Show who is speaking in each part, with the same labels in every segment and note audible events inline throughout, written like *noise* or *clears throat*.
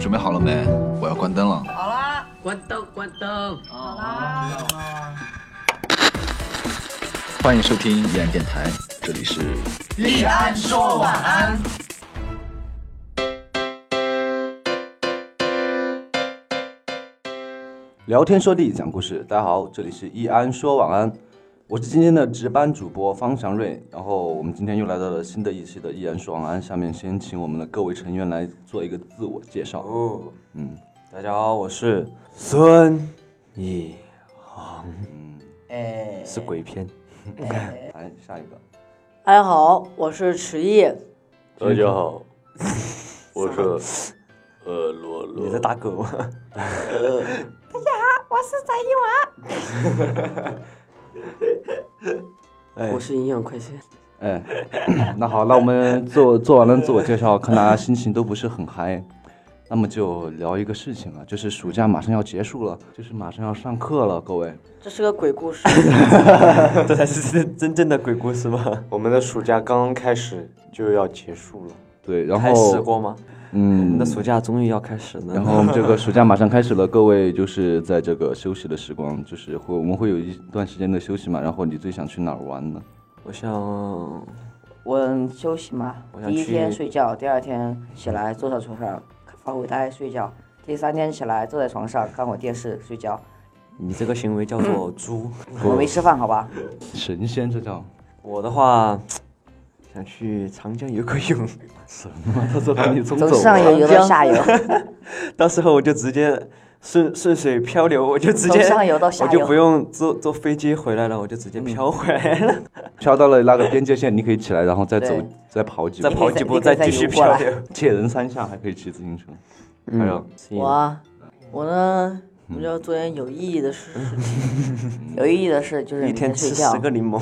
Speaker 1: 准备好了没？我要关灯了。
Speaker 2: 好啦，
Speaker 3: 关灯，关灯。
Speaker 2: 好啦，
Speaker 1: 欢迎收听依然电台，这里是
Speaker 2: 李安说晚安。
Speaker 4: 聊天说地讲故事，大家好，这里是易安说晚安，我是今天的值班主播方祥瑞。然后我们今天又来到了新的一期的易安说晚安，下面先请我们的各位成员来做一个自我介绍。
Speaker 5: 哦，
Speaker 4: 嗯，
Speaker 5: 大家好，我是孙嗯一，
Speaker 2: 哎，
Speaker 5: 是鬼片。
Speaker 4: *laughs* 来下一个，
Speaker 6: 大家好，我是迟毅。
Speaker 7: 大家
Speaker 4: *laughs*
Speaker 7: 好，我是呃罗罗。
Speaker 5: 你在打狗吗？大家好，我是翟一
Speaker 3: 我
Speaker 5: 文。
Speaker 3: 是营养快线。
Speaker 4: 哎， *laughs* 那好，那我们做做完了自我介绍，看大家心情都不是很嗨， *laughs* 那么就聊一个事情啊，就是暑假马上要结束了，就是马上要上课了，各位。
Speaker 6: 这是个鬼故
Speaker 5: *laughs*
Speaker 6: 事，
Speaker 5: 哎， *laughs* 这才是真真正的鬼故事吗？我们的暑假刚刚开始就要结束了，
Speaker 4: 对，然后
Speaker 5: 开始过吗？我
Speaker 4: 嗯
Speaker 5: 们的，暑假终于要开始了。
Speaker 4: 然后我们这个暑假马上开始了，各位就是在这个休息的时光，就是会我们会有一段时间的休息嘛。然后你最想去哪儿玩呢？
Speaker 5: 我想
Speaker 6: 我休息嘛
Speaker 5: 我，想
Speaker 6: 第一天
Speaker 5: 去
Speaker 6: 睡觉，第二天起来坐在床上发会呆睡觉，第三天起来坐在床上看会电视睡觉。
Speaker 5: 你这个行为叫做猪。
Speaker 6: 我没吃饭，好吧？
Speaker 4: 神仙这
Speaker 6: *laughs*
Speaker 4: 叫
Speaker 5: 我的话，想去长江游个泳， *laughs*
Speaker 4: 他说把你冲
Speaker 6: 从
Speaker 4: 走啊
Speaker 6: 上游游到下游，
Speaker 5: 到时候我就直接顺顺水漂流，我就
Speaker 6: *laughs*
Speaker 5: 直
Speaker 6: 从
Speaker 5: 接
Speaker 6: 上游到
Speaker 5: 我
Speaker 6: 下
Speaker 5: 就不
Speaker 6: 游。
Speaker 5: 用坐坐飞机回来了，我就直接飘回来了，
Speaker 4: 飘到了那个边界线，你可以起来，然后再走
Speaker 6: 对，
Speaker 4: 再跑几
Speaker 5: 再
Speaker 4: 步，
Speaker 5: 跑几步继续漂流。
Speaker 4: *laughs* 铁人三项还可以骑自行车。
Speaker 5: 嗯
Speaker 4: 还有，
Speaker 6: 我啊，我呢，我就要做点有意义的事。有意义的事就是
Speaker 5: 嗯 *laughs* 一
Speaker 6: 每
Speaker 5: 天
Speaker 6: 睡
Speaker 5: 吃
Speaker 6: 觉
Speaker 5: 十，个柠檬，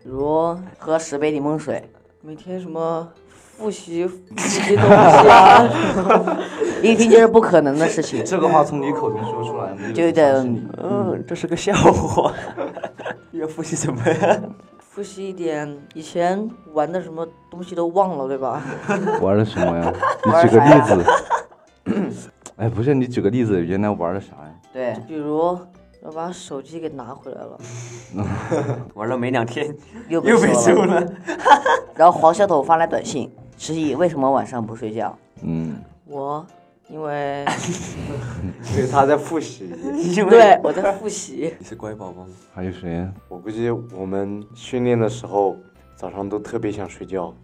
Speaker 6: 比如喝十杯柠檬水，每天什么复习复习 *laughs* 东西啊，一听就是不可能的事情。
Speaker 4: 这个话从你口中说出来，我们
Speaker 6: 就有点
Speaker 5: 嗯，这是个笑话。 *laughs* 要复习什么呀？
Speaker 6: 复习一点以前玩的什么东西都忘了，对吧？
Speaker 4: 玩了什么 *laughs* 呀？你
Speaker 6: 玩
Speaker 4: 举个
Speaker 6: 啥呀
Speaker 4: 例子。 *clears throat* 哎，不是，你举个例子，原来玩的啥呀？
Speaker 6: 对，比如要把手机给拿回来了，
Speaker 5: 玩了没两天
Speaker 6: 又
Speaker 5: 又被
Speaker 6: 收
Speaker 5: 收。了，
Speaker 6: 然后黄小董发来短信：“迟疑，为什么晚上不睡觉
Speaker 4: 嗯，？”
Speaker 6: 我因为
Speaker 5: *laughs* 因为他在复习。因为
Speaker 6: 对我在复习，
Speaker 5: 你是乖宝宝吗？
Speaker 4: 还有谁呀？
Speaker 8: 我估计我们训练的时候，早上都特别想睡觉，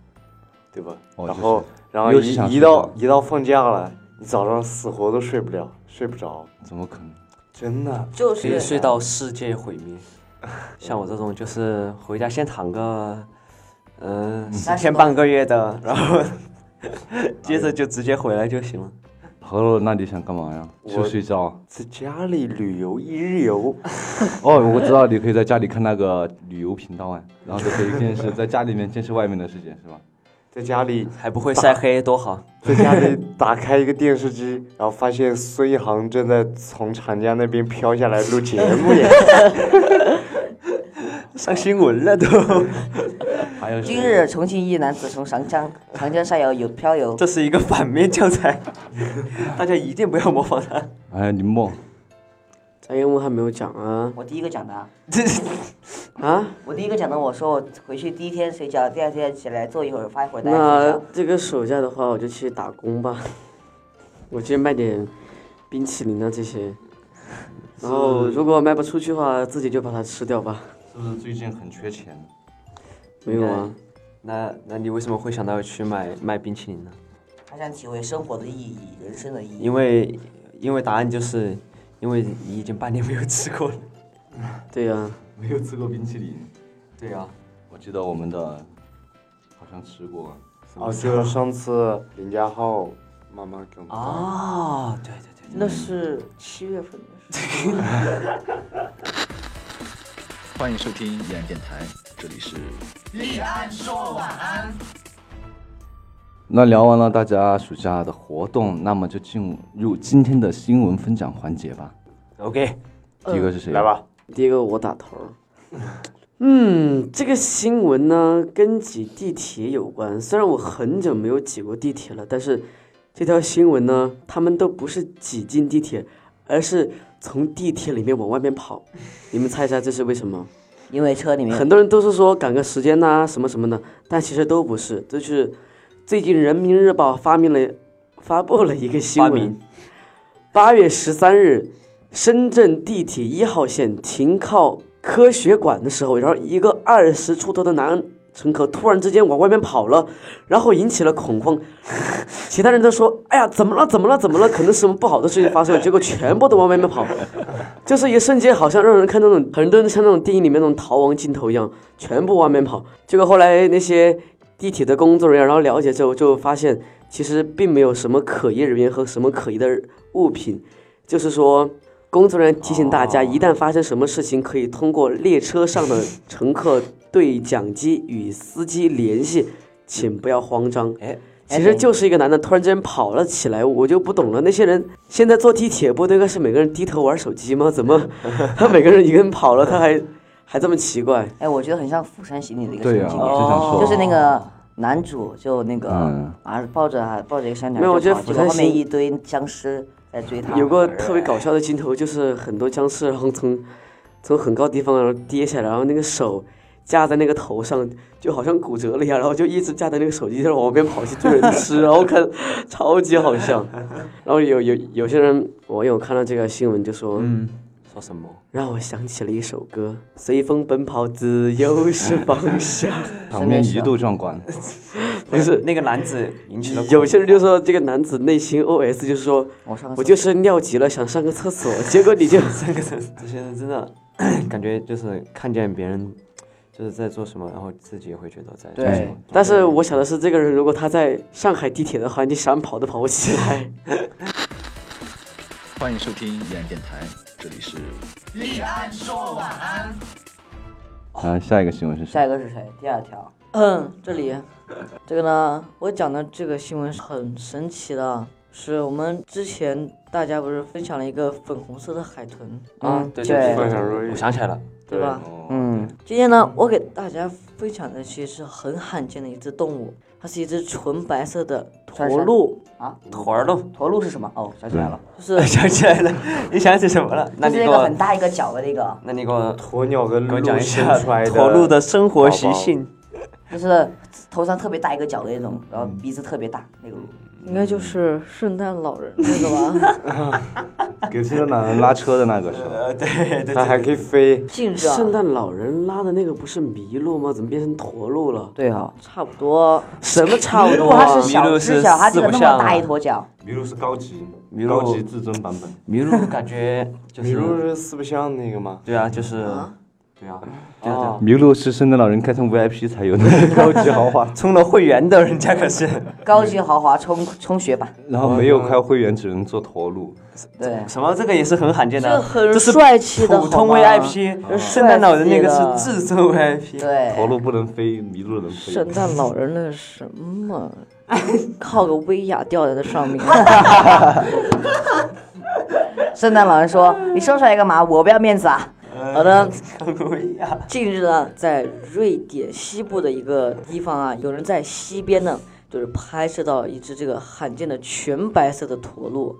Speaker 8: 对吧？
Speaker 4: 哦
Speaker 8: 然
Speaker 4: 就是
Speaker 8: 后，然后
Speaker 4: 又是
Speaker 8: 一
Speaker 4: 想
Speaker 8: 一
Speaker 4: 睡
Speaker 8: 到
Speaker 4: 觉
Speaker 8: 一到放假了，你早上死活都睡不了，睡不着，
Speaker 4: 怎么可能？
Speaker 8: 真的。
Speaker 6: 就
Speaker 5: 可以
Speaker 6: 是
Speaker 5: 睡到世界毁灭。像我这种就是回家先躺个，嗯、三天半个月的，然后 *laughs* 接着就直接回来就行了。
Speaker 4: 何乐，那你想干嘛呀？就
Speaker 8: 我
Speaker 4: 睡觉啊。
Speaker 8: 在家里旅游一日游，
Speaker 4: 哦，我知道，你可以在家里看那个旅游频道哎，然后就可以见识在家里面见识外面的世界，是吧？
Speaker 8: 在家里
Speaker 5: 还不会晒黑，多好！
Speaker 8: 在家里打开一个电视机，然后发现孙一航正在从长江那边飘下来录节目耶。
Speaker 5: 上新闻了都， *laughs*
Speaker 4: 还有谁
Speaker 6: 今日重庆一男子从长江长江下游有漂游，
Speaker 5: 这是一个反面教材，大家一定不要模仿他。
Speaker 4: 哎，林默，
Speaker 3: 翟英文还没有
Speaker 5: *laughs*
Speaker 3: 讲啊
Speaker 6: 我第一个讲的啊。
Speaker 3: 啊！
Speaker 6: 我第一个讲的，我说我回去第一天睡觉，第二天起来坐一会儿发一会儿呆睡
Speaker 3: 那
Speaker 6: 觉。
Speaker 3: 这个暑假的话，我就去打
Speaker 5: *laughs*
Speaker 3: 工吧。我去卖点冰淇淋啊这些，然后如果卖不出去的话，自己就把它吃掉吧。
Speaker 4: 是不是最近很缺钱？
Speaker 3: 没有啊，
Speaker 5: 那那你为什么会想到去买卖冰淇淋呢？
Speaker 6: 他想体会生活的意义，人生的意义。
Speaker 5: 因为因为答案就是因为你已经半年没有吃过了。
Speaker 3: 对啊呀、
Speaker 4: 没有吃过冰淇 *laughs* 淋，
Speaker 5: 对啊呀、
Speaker 4: 我记得我们的好像吃过，啊
Speaker 8: 哦，就是上次林家浩妈妈给我们
Speaker 5: 啊，
Speaker 8: 打
Speaker 5: 哦，对对对对。
Speaker 6: 那是七月份的事。
Speaker 1: 欢迎收听依然电台，这里是
Speaker 4: 那聊完了大家暑假的活动，那么就进入今天的新闻分享环节吧。
Speaker 5: OK，
Speaker 4: 第一个是谁？啊
Speaker 8: 来，吧，
Speaker 3: 第一个我打头儿。嗯，这个新闻呢跟挤地铁有关。虽然我很久没有挤过地铁了，但是
Speaker 5: 这条新闻呢，他们都不是挤进地铁，而是从地铁里面往外面跑。你们猜一下这是为什么？
Speaker 6: 因为车里面
Speaker 5: 很多人都是说赶个时间呐、什么什么的，但其实都不是，就是最近《人民日报》发明了发布了一个新
Speaker 9: 发
Speaker 5: 闻
Speaker 9: 明，
Speaker 5: 八月十三日，深圳地铁一号线停靠科学馆的时候，然后一个二十出头的男乘客突然之间往外面跑了，然后引起了恐慌， *laughs* 其他人都说：“哎呀，怎么了？怎么了？怎么了？可能什么不好的事情
Speaker 9: *laughs*
Speaker 5: 发生了。”结果全部都往外面跑，就是一瞬间，好像让人看那种很多人像那种电影里面那种逃亡镜头一样，全部往外面跑。结果后来那些地铁的工作人员，然后了解之后，就发现其实并没有什么可疑人员和什么可疑的物品，就是说。工作人员提醒大家，一旦发生什么事情，可以通过列车上的乘客对讲机与司机联系，请不要慌张。
Speaker 9: 哎，
Speaker 5: 其实就是一个男的突然之间跑了起来，我就不懂了。那些人现在坐地铁不都应该是每个人低头玩手机吗？怎么 *laughs* 他每个人一个人跑了，他还还这么奇怪？
Speaker 6: 哎，我觉得很像《釜山行》里的一个
Speaker 4: 对啊哦
Speaker 6: 情
Speaker 5: 啊
Speaker 4: 呀、
Speaker 6: 景，
Speaker 4: 我就想说，
Speaker 6: 就是那个男主就那个
Speaker 4: 嗯
Speaker 6: 啊抱着啊抱着一个香肠
Speaker 5: 没
Speaker 6: 就跑，
Speaker 5: 有我觉
Speaker 6: 结
Speaker 5: 得釜
Speaker 6: 果
Speaker 5: 山
Speaker 6: 后面
Speaker 5: 行
Speaker 6: 一堆僵尸在追他，
Speaker 5: 有
Speaker 9: 啊
Speaker 5: 个特别搞笑的镜头，就是很多僵尸然后从从很高地方然后跌下来，然后那个手架在那个头上，就好像骨折了一样，然后就一直架在那个手机上往边跑去追人吃，然后看超级
Speaker 9: *laughs*
Speaker 5: 好笑。然后有有有些人网友看到这个新闻就说，嗯。
Speaker 9: 说什么？
Speaker 5: 让我想起了一首歌，《随风奔跑，自由是方向》。
Speaker 9: *laughs*
Speaker 4: 场面一度壮观。
Speaker 5: 不是，
Speaker 9: 那个男子引起了
Speaker 5: 有些人就说这个男子内心 OS 就是说，
Speaker 6: 我上个
Speaker 5: 我
Speaker 6: 厕
Speaker 5: 就是尿急了想上个厕所，结果
Speaker 9: *laughs*
Speaker 5: 你就
Speaker 9: 这个人，这些人真的感觉就是看见别人就是在做什么，然后自己也会觉得在做什
Speaker 6: 对
Speaker 9: 么。
Speaker 5: 但是我想的是，这个人如果他在上海地铁的话，你想跑都跑不起来。
Speaker 1: 欢迎收听依然电台，这里是
Speaker 4: 啊，下一个新闻是
Speaker 6: 下
Speaker 4: 谁？
Speaker 6: 一个是谁？第二条，嗯，这里，这个呢，我讲的这个新闻是很神奇的，是我们之前大家不是分享了一个粉红色的海豚
Speaker 9: 啊
Speaker 6: 嗯，
Speaker 9: 对
Speaker 6: 对
Speaker 8: 分享瑞
Speaker 9: 我想起
Speaker 6: *laughs*
Speaker 9: 来了，
Speaker 6: 对吧？
Speaker 9: 嗯，
Speaker 6: 今天呢，我给大家分享的其实是很罕见的一只动物，它是一只纯白色的算驼是鹿，
Speaker 10: 嗯
Speaker 6: 啊
Speaker 9: 驼儿 *laughs* 洞，
Speaker 6: 驼鹿是什么？哦，想起来了，就是
Speaker 9: 想起来了，你想起什么了？嗯 *laughs* 那
Speaker 6: 就
Speaker 9: 你
Speaker 6: 是一
Speaker 9: 给
Speaker 6: 个很
Speaker 9: 我，
Speaker 6: 大一个脚的那个，
Speaker 9: 那你给我
Speaker 8: 鸵鸟跟
Speaker 9: 给我
Speaker 8: 鹿
Speaker 9: 讲一
Speaker 8: 生
Speaker 9: 下
Speaker 8: 出来
Speaker 9: 驼鹿的生活习性。
Speaker 6: 就是头上特别大一个角的那种，然后鼻子特别大那个鹿。
Speaker 10: 应该就是圣诞老人那
Speaker 6: *laughs*
Speaker 10: 个吧？
Speaker 4: 给这个男人拉车的那个是吧？
Speaker 9: 呃，对对
Speaker 8: 它 *laughs* 还可以飞，
Speaker 6: 性质啊，
Speaker 5: 圣诞老人拉的那个不是麋鹿吗？怎么变成驼鹿了？
Speaker 6: 对啊，差不 *laughs* 多。
Speaker 5: 什么差不
Speaker 6: 如
Speaker 5: 多
Speaker 6: 果它
Speaker 5: 啊
Speaker 6: 是？小只小，它这个那
Speaker 9: 啊
Speaker 6: 么大一坨脚，
Speaker 4: 麋鹿是高级，
Speaker 9: 麋鹿高级
Speaker 4: 至尊版
Speaker 9: *laughs*
Speaker 4: 本。
Speaker 9: 麋鹿感觉就
Speaker 8: 麋鹿
Speaker 9: 是，
Speaker 8: 是四不像那个吗？
Speaker 9: 对啊，就是，对啊，
Speaker 10: 嗯
Speaker 9: 对啊，
Speaker 10: 哦
Speaker 4: 麋鹿是圣诞老人开通 VIP 才 *laughs* 有的高级豪华，
Speaker 9: 充了会员的人家可
Speaker 10: *laughs*
Speaker 9: 是
Speaker 6: 高级豪华充充血版，
Speaker 4: 然后没有开会员只能坐驼鹿。
Speaker 6: 对，
Speaker 9: 什么这个也是很罕见的，啊
Speaker 10: 这很
Speaker 9: 是
Speaker 10: 帅气的
Speaker 9: 普通
Speaker 10: 好吗嗯
Speaker 9: VIP，圣嗯诞老人那个
Speaker 6: 帅
Speaker 9: 是
Speaker 6: 气的
Speaker 9: 至尊 VIP。
Speaker 4: 驼
Speaker 6: 对，
Speaker 4: 鹿不能飞，麋鹿能飞。
Speaker 10: 圣诞老人那是什
Speaker 8: *laughs*
Speaker 10: 么？靠个威亚吊在那上面， *laughs*
Speaker 6: 圣诞老人说：“你生出来干嘛？我不要面子啊！”
Speaker 8: 嗯
Speaker 6: 好
Speaker 8: *laughs*
Speaker 6: 的，
Speaker 10: 近日呢，在瑞典西部的一个地方啊，有人在溪边呢，就是拍摄到一只这个罕见的全白色的驼鹿。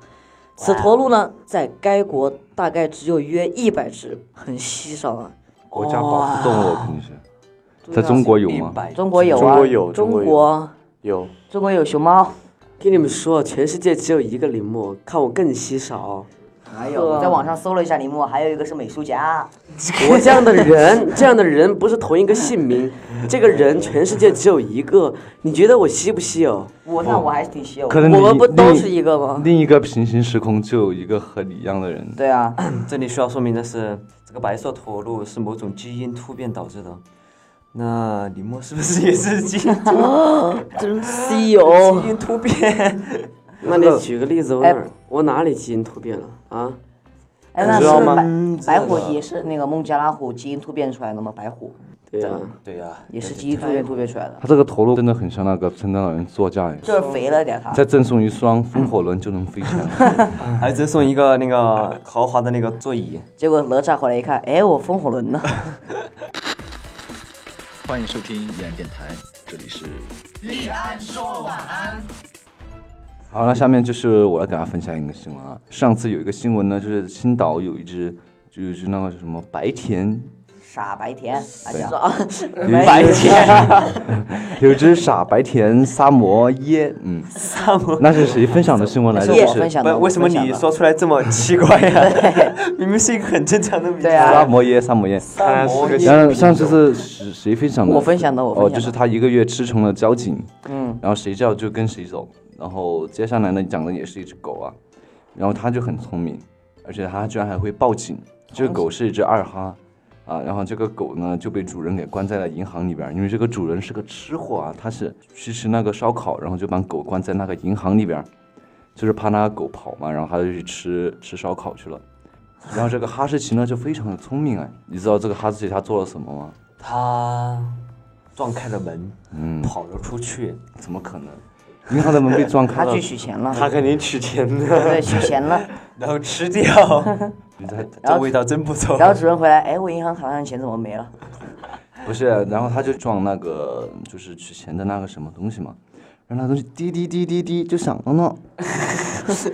Speaker 10: 此驼鹿呢，在该国大概只有约一百只，很稀少啊。
Speaker 4: 国家保护动物平时，在中国有吗？
Speaker 6: 中国有
Speaker 8: 中国
Speaker 6: 啊，
Speaker 8: 有，
Speaker 10: 中
Speaker 8: 国有，
Speaker 10: 国
Speaker 8: 有
Speaker 6: 中国有熊猫，
Speaker 5: 跟你们说，全世界只有一个林默，看我更
Speaker 9: *laughs*
Speaker 5: 稀少。
Speaker 6: 还有
Speaker 10: 嗯
Speaker 6: 我在网上搜了一下铃木，还有一个是美术家，
Speaker 5: 我这样的人，这样的人不是同一个姓名，这个人全世界只有一个，你觉得我稀不稀有？
Speaker 6: 我那我还是挺稀有
Speaker 4: 可
Speaker 6: 的。
Speaker 4: 能你
Speaker 10: 我们不都
Speaker 4: 另
Speaker 10: 是一个吗？
Speaker 4: 另一个平行时空就有一个和你一样的人，
Speaker 6: *laughs* 对啊，
Speaker 9: 这里需要说明的是，这个白色驼鹿是某种基因突变导致的。那李默是不是也是基因突
Speaker 10: 真稀
Speaker 6: *laughs*
Speaker 10: 有
Speaker 9: 基因突变？
Speaker 5: 那你举个例子，我哪儿我哪里基因突变了啊？
Speaker 6: 哎，那
Speaker 8: 知道吗
Speaker 10: 嗯
Speaker 6: 是白白虎也是那个孟加拉虎基因突变出来的吗？白虎
Speaker 5: 对呀、
Speaker 9: 对呀、
Speaker 6: 也是基因突变突变出来的，
Speaker 4: 他这个驼鹿真的很像那个圣诞老人座驾呀。
Speaker 6: 就是肥了点它。
Speaker 4: 再赠送一双风火轮就能飞起来。
Speaker 9: 还赠送一个那个豪华的那个座
Speaker 11: *laughs*
Speaker 9: 椅。
Speaker 6: 结果哪吒回来一看，哎，我风火轮呢？
Speaker 1: 欢迎收听依然电台，这里是
Speaker 4: 好，那下面就是我来给大家分享一个新闻啊。上次有一个新闻呢，就是青岛有一只，就有一只那个什么白田，
Speaker 11: 傻白甜，啊，
Speaker 4: 对
Speaker 11: 叫啊，
Speaker 4: 有
Speaker 6: 哦 *laughs*
Speaker 4: 一
Speaker 5: 白天
Speaker 4: *laughs* 有一只傻白甜萨摩耶，嗯，
Speaker 5: 萨摩，
Speaker 4: 那是谁分享的新闻来着？
Speaker 11: 我
Speaker 4: 就
Speaker 11: 分
Speaker 4: 是
Speaker 11: 享
Speaker 5: 不
Speaker 11: 的。
Speaker 5: 是为什么
Speaker 11: 我分享
Speaker 5: 你
Speaker 11: 的
Speaker 5: 说出来这么奇
Speaker 11: *laughs*
Speaker 5: 怪呀？明明是一个很正常的名字。
Speaker 11: 对
Speaker 4: 萨
Speaker 11: 啊？
Speaker 4: 摩耶，萨摩耶。
Speaker 8: 看来是个新
Speaker 4: 然后
Speaker 8: 品
Speaker 4: 上次是谁谁分享的？
Speaker 11: 我分享的我分
Speaker 4: 哦，
Speaker 11: 享的
Speaker 4: 就是他一个月吃成了交警，
Speaker 11: 嗯，
Speaker 4: 然后谁叫就跟谁走。然后接下来呢，讲的也是一只狗啊，然后它就很聪明，而且它居然还会报警。这个狗是一只二哈，啊，然后这个狗呢就被主人给关在了银行里边儿，因为这个主人是个吃货啊，他是去吃那个烧烤，然后就把狗关在那个银行里边儿，就是怕那个狗跑嘛，然后他就去吃吃烧烤去了。然后这个哈士奇呢就非常的聪明哎，你知道这个哈士奇它做了什么吗？
Speaker 5: 他撞开了门，
Speaker 4: 嗯，
Speaker 5: 跑了出去。
Speaker 4: 怎么可能？银行的门被撞开
Speaker 11: 他
Speaker 4: 了
Speaker 11: 去，取钱了，
Speaker 8: 他肯定取钱的，
Speaker 11: 对，取钱了。
Speaker 5: *laughs* 然后吃掉，
Speaker 4: 你猜
Speaker 11: *laughs* 然
Speaker 5: 这
Speaker 11: 后
Speaker 5: 味道真不错。
Speaker 11: 然后主任回来，哎，我银行卡上的钱怎么没了？
Speaker 4: 不是，然后他就撞那个就是取钱的那个什么东西嘛，然后那东西滴滴滴滴滴就响了呢，
Speaker 5: *laughs*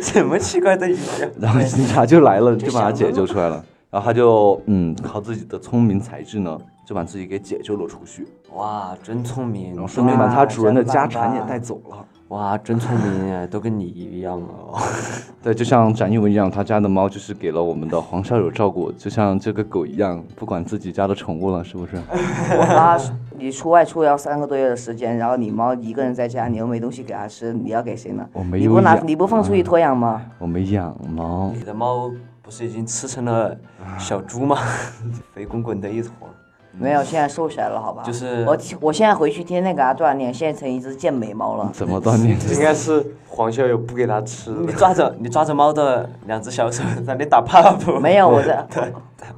Speaker 5: 什么奇怪的语言？
Speaker 4: 然后警察就来了，就把他解救出来了。然后他就嗯，靠自己的聪明才智呢，就把自己给解救了出去，
Speaker 5: 哇，真聪明！
Speaker 4: 然后顺便把
Speaker 5: 哇
Speaker 4: 他主人的家产也
Speaker 5: 真棒
Speaker 4: 带走了。
Speaker 5: 哇，真聪明啊，都跟你一样哦。 *laughs*
Speaker 4: 对，就像展一文一样，他家的猫就是给了我们的黄少友照顾，就像这个狗一样，不管自己家的宠物了，是不是？ *laughs*
Speaker 11: 我妈，你出外出要三个多月的时间，然后你猫一个人在家，你又没东西给它吃，你要给谁呢？
Speaker 4: 我没
Speaker 11: 你
Speaker 4: 有
Speaker 11: 不拿，
Speaker 4: 养嗯
Speaker 11: 你不放出去托养吗？
Speaker 4: 我没养猫，
Speaker 5: 你的猫不是已经吃成了小猪吗？ *laughs* 肥滚滚的一坨。
Speaker 11: 没有，现在瘦起来了，好吧？
Speaker 5: 就是
Speaker 11: 我我现在回去天天给它锻炼，现在成一只健美猫了。
Speaker 4: 怎么锻炼？
Speaker 8: 应该是黄校友不给他吃
Speaker 5: 你
Speaker 8: 的。
Speaker 5: 抓着你抓着猫的两只小手在那打泡泡。
Speaker 11: 没有，我
Speaker 5: *laughs*
Speaker 11: 在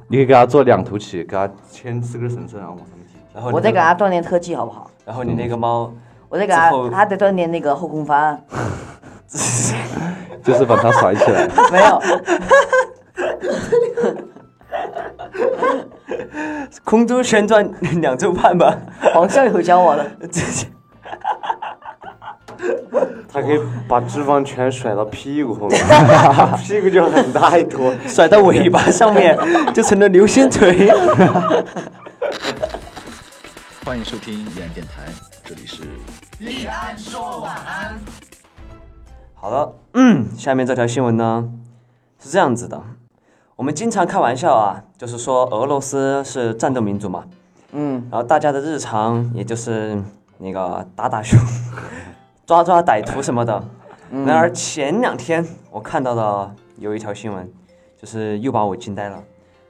Speaker 4: 你可以给它做两头起，给它牵四根绳子，然后往上面提。
Speaker 5: 然后你
Speaker 11: 我在给它锻炼特技，好不好？
Speaker 5: 然后你那个猫，
Speaker 11: 我在给它
Speaker 5: 之后，
Speaker 11: 它在锻炼那个后空翻，
Speaker 4: 就是把它甩起 *laughs* 来。
Speaker 11: 没有，
Speaker 5: 空中旋转 *laughs* 两周半吧。 *laughs*
Speaker 11: 黄校友教我的。
Speaker 8: 他可以把脂肪全甩到屁股后 *laughs* 面，屁股就很大一坨。
Speaker 5: 甩到尾巴上面， *laughs* 就成了流星锤。 *laughs*
Speaker 1: 欢迎收听依然电台，这里是
Speaker 5: 好了，嗯，下面这条新闻呢是这样子的，我们经常开玩笑啊，就是说俄罗斯是战斗民族嘛，嗯，然后大家的日常也就是那个打打熊、 *laughs* 抓抓歹徒什么的。然而前两天我看到的有一条新闻，就是又把我惊呆了，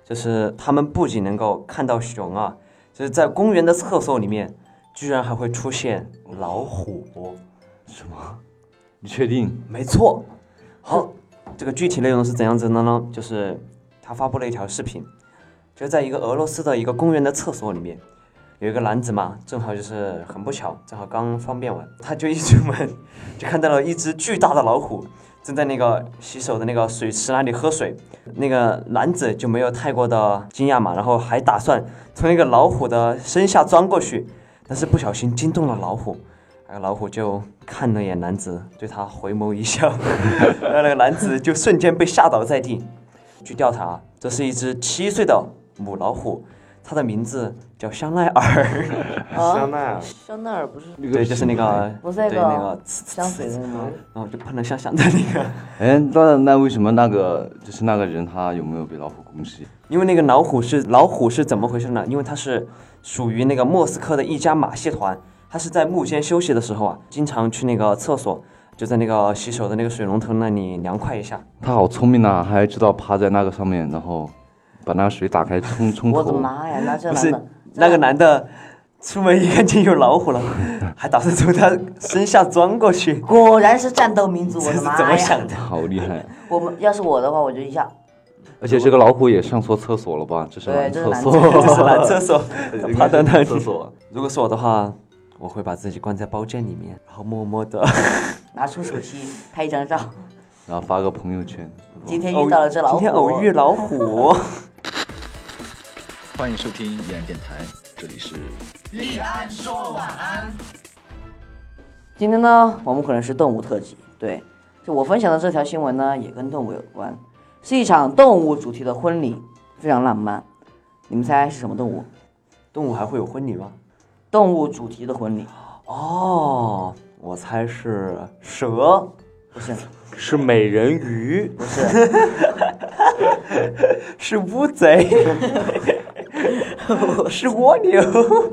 Speaker 5: 就是他们不仅能够看到熊啊，就是在公园的厕所里面，居然还会出现老虎。
Speaker 4: 你确定？
Speaker 5: 没错。好，这个具体内容是怎样子的呢？就是他发布了一条视频，就在一个俄罗斯的一个公园的厕所里面，有一个男子嘛，正好就是很不巧，正好刚方便完，他就一出门 *laughs* 就看到了一只巨大的老虎。正在那个洗手的那个水池那里喝水，那个男子就没有太过的惊讶嘛，然后还打算从那个老虎的身下钻过去，但是不小心惊动了老虎，那个老虎就看了眼男子，对他回眸一笑， *laughs* 然后那个男子就瞬间被吓倒在地。据调查，这是一只七岁的母老虎，它的名字叫香奈儿，
Speaker 8: 香奈儿，
Speaker 11: 香奈儿不是
Speaker 5: 对，就是 *laughs* 那个，
Speaker 11: 啊不是那
Speaker 5: 对
Speaker 11: 个
Speaker 5: 那个哦呲，
Speaker 11: 香水的吗？
Speaker 5: 然后就喷了香香的那个，
Speaker 4: 哎，那那为什么那个就是那个人他有没有被老虎攻击？
Speaker 5: 因为那个老虎是老虎是怎么回事呢？因为它是属于那个莫斯科的一家马戏团，它是在幕间休息的时候啊，经常去那个厕所，就在那个洗手的那个水龙头那里凉快一下。
Speaker 4: 他好聪明啊，还知道趴在那个上面，然后把那个水打开冲冲
Speaker 11: 我的
Speaker 4: 头。
Speaker 11: 妈呀，那这
Speaker 5: 不
Speaker 11: 男
Speaker 5: 是
Speaker 11: 的，
Speaker 5: 那个男的出门一看见有老虎了，还打算从他身下钻过去，
Speaker 11: 果然是战斗民族， *laughs* 我
Speaker 5: 这
Speaker 11: 的
Speaker 5: 是
Speaker 11: 妈呀！
Speaker 5: *laughs* 怎么想的？
Speaker 4: 好厉害！
Speaker 11: 我们要是我的话，我就一下，
Speaker 4: 而且这个老虎也上错厕所了吧？这是
Speaker 11: 对
Speaker 4: 男
Speaker 11: 这是
Speaker 4: 厕
Speaker 11: 男
Speaker 4: 所，
Speaker 11: 厕
Speaker 5: 这是男厕所，趴在那
Speaker 4: 厕
Speaker 5: 里。
Speaker 4: 所。
Speaker 5: 如果是我的话，我会把自己关在包间里面，然后默默的。
Speaker 11: 拿出手机拍一张照。
Speaker 4: *laughs* 然后发个朋友圈。
Speaker 11: 今天 *laughs* 遇到了这老虎，
Speaker 5: 哦今天偶遇老虎，
Speaker 1: 欢迎收听依然电台，这里是
Speaker 11: 今天呢，我们可能是动物特辑，对，
Speaker 6: 就我分享的这条新闻呢，也跟动物有关，是一场动物主题的婚礼，非常浪漫。你们猜是什么动物？
Speaker 5: 动物还会有婚礼吗？
Speaker 6: 动物主题的婚礼
Speaker 5: 哦，我猜是蛇。
Speaker 6: 不是，
Speaker 8: 是美人鱼，
Speaker 6: 不是， *laughs*
Speaker 5: 是
Speaker 11: *laughs*
Speaker 5: 乌贼，是蜗牛，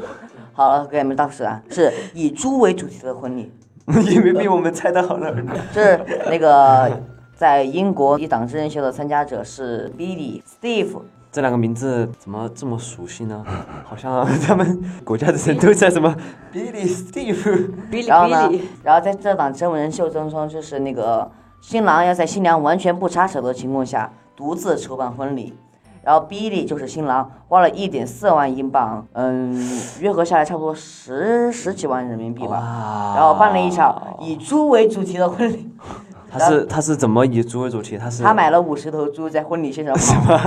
Speaker 5: *laughs*
Speaker 6: 好了，给你们当时啊，是以猪为主题的婚礼，
Speaker 5: 你们比我们猜的好
Speaker 11: *laughs*
Speaker 5: 了。
Speaker 6: 是那个在英国一档真人秀的参加者是 Billy、Steve，
Speaker 5: 这两个名字怎么这么熟悉呢？好像他们国家的人都叫
Speaker 6: *laughs*
Speaker 5: 什么 Billy Steve。
Speaker 3: 哔哩
Speaker 6: 然后
Speaker 3: 哔
Speaker 6: 呢
Speaker 3: 哩，，
Speaker 6: 然后在这档真人秀当中，就是那个新郎要在新娘完全不插手的情况下，独自筹办婚礼。然后 Billy 就是新郎，花了一点四万英镑，嗯，约合下来差不多十十几万人民币吧。
Speaker 5: 哇
Speaker 6: 然后办了一场以猪为主题的婚礼，
Speaker 5: 他是他是怎么以猪为主题？他是
Speaker 6: 他买了五十头猪在婚礼现场
Speaker 4: *laughs*
Speaker 6: 跑，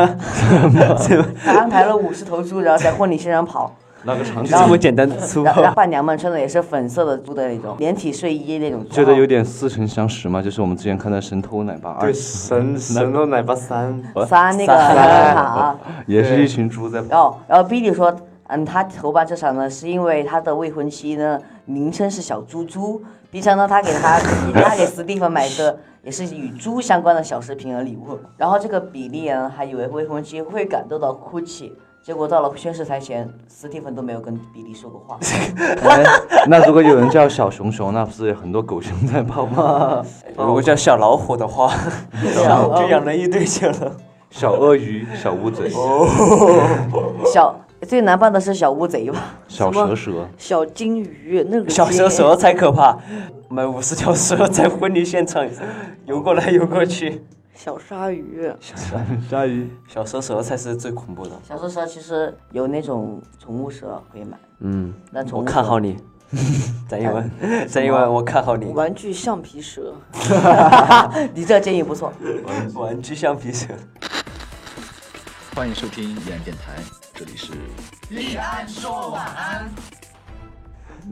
Speaker 6: 他安排了五十头猪，然后在婚礼现场跑，
Speaker 4: 那个场景
Speaker 5: 这么简单粗
Speaker 6: 然后
Speaker 5: 暴
Speaker 6: 然后伴娘们穿的也是粉色的猪的那种连体睡衣那种，
Speaker 4: 觉得有点似曾相识嘛，就是我们之前看的《神偷奶爸二
Speaker 8: 对，》，
Speaker 5: 嗯
Speaker 8: 神神偷奶爸三，
Speaker 6: 撒那个
Speaker 8: 撒
Speaker 6: 卡。
Speaker 4: *laughs* 也是一群猪在
Speaker 6: 然后，哦然后 Billy 说，嗯，他筹办这场呢，是因为他的未婚妻呢名称是小猪猪，平常呢他给
Speaker 5: *laughs*
Speaker 6: 他他给史蒂芬买的也是与猪相关的小饰品和礼物。然后这个比利呢还以为未婚妻会感动到哭泣，结果到了宣誓台前，史蒂芬都没有跟比利说过话。
Speaker 4: 哎，那如果有人叫小熊熊，那不是有很多狗熊在跑吗？
Speaker 5: 如果叫小老虎的话，
Speaker 6: 小呃
Speaker 5: 就养了一堆小老虎。
Speaker 4: 小鳄鱼、小乌贼、
Speaker 6: 小最难办的是小乌贼吧？
Speaker 4: 小蛇蛇，
Speaker 3: 小金鱼那个
Speaker 5: 小蛇
Speaker 3: 尖
Speaker 5: 蛇才可怕，买五十条蛇在婚礼现场游过来游过去，
Speaker 3: 小鲨鱼，
Speaker 4: 鲨鱼。
Speaker 5: 小蛇蛇才是最恐怖的。
Speaker 6: 小蛇蛇其实有那种宠物蛇可以买，
Speaker 5: 嗯，
Speaker 6: 那宠
Speaker 5: 我
Speaker 6: 物
Speaker 5: 看
Speaker 6: 蛇
Speaker 5: 好你，翟一
Speaker 6: *laughs*
Speaker 5: 文，翟一文，我看好你。
Speaker 3: 玩具橡
Speaker 5: *laughs*
Speaker 3: 皮蛇，
Speaker 6: 你这建议不错。
Speaker 5: 玩具橡皮蛇，
Speaker 1: 欢迎收听依然电台，这里是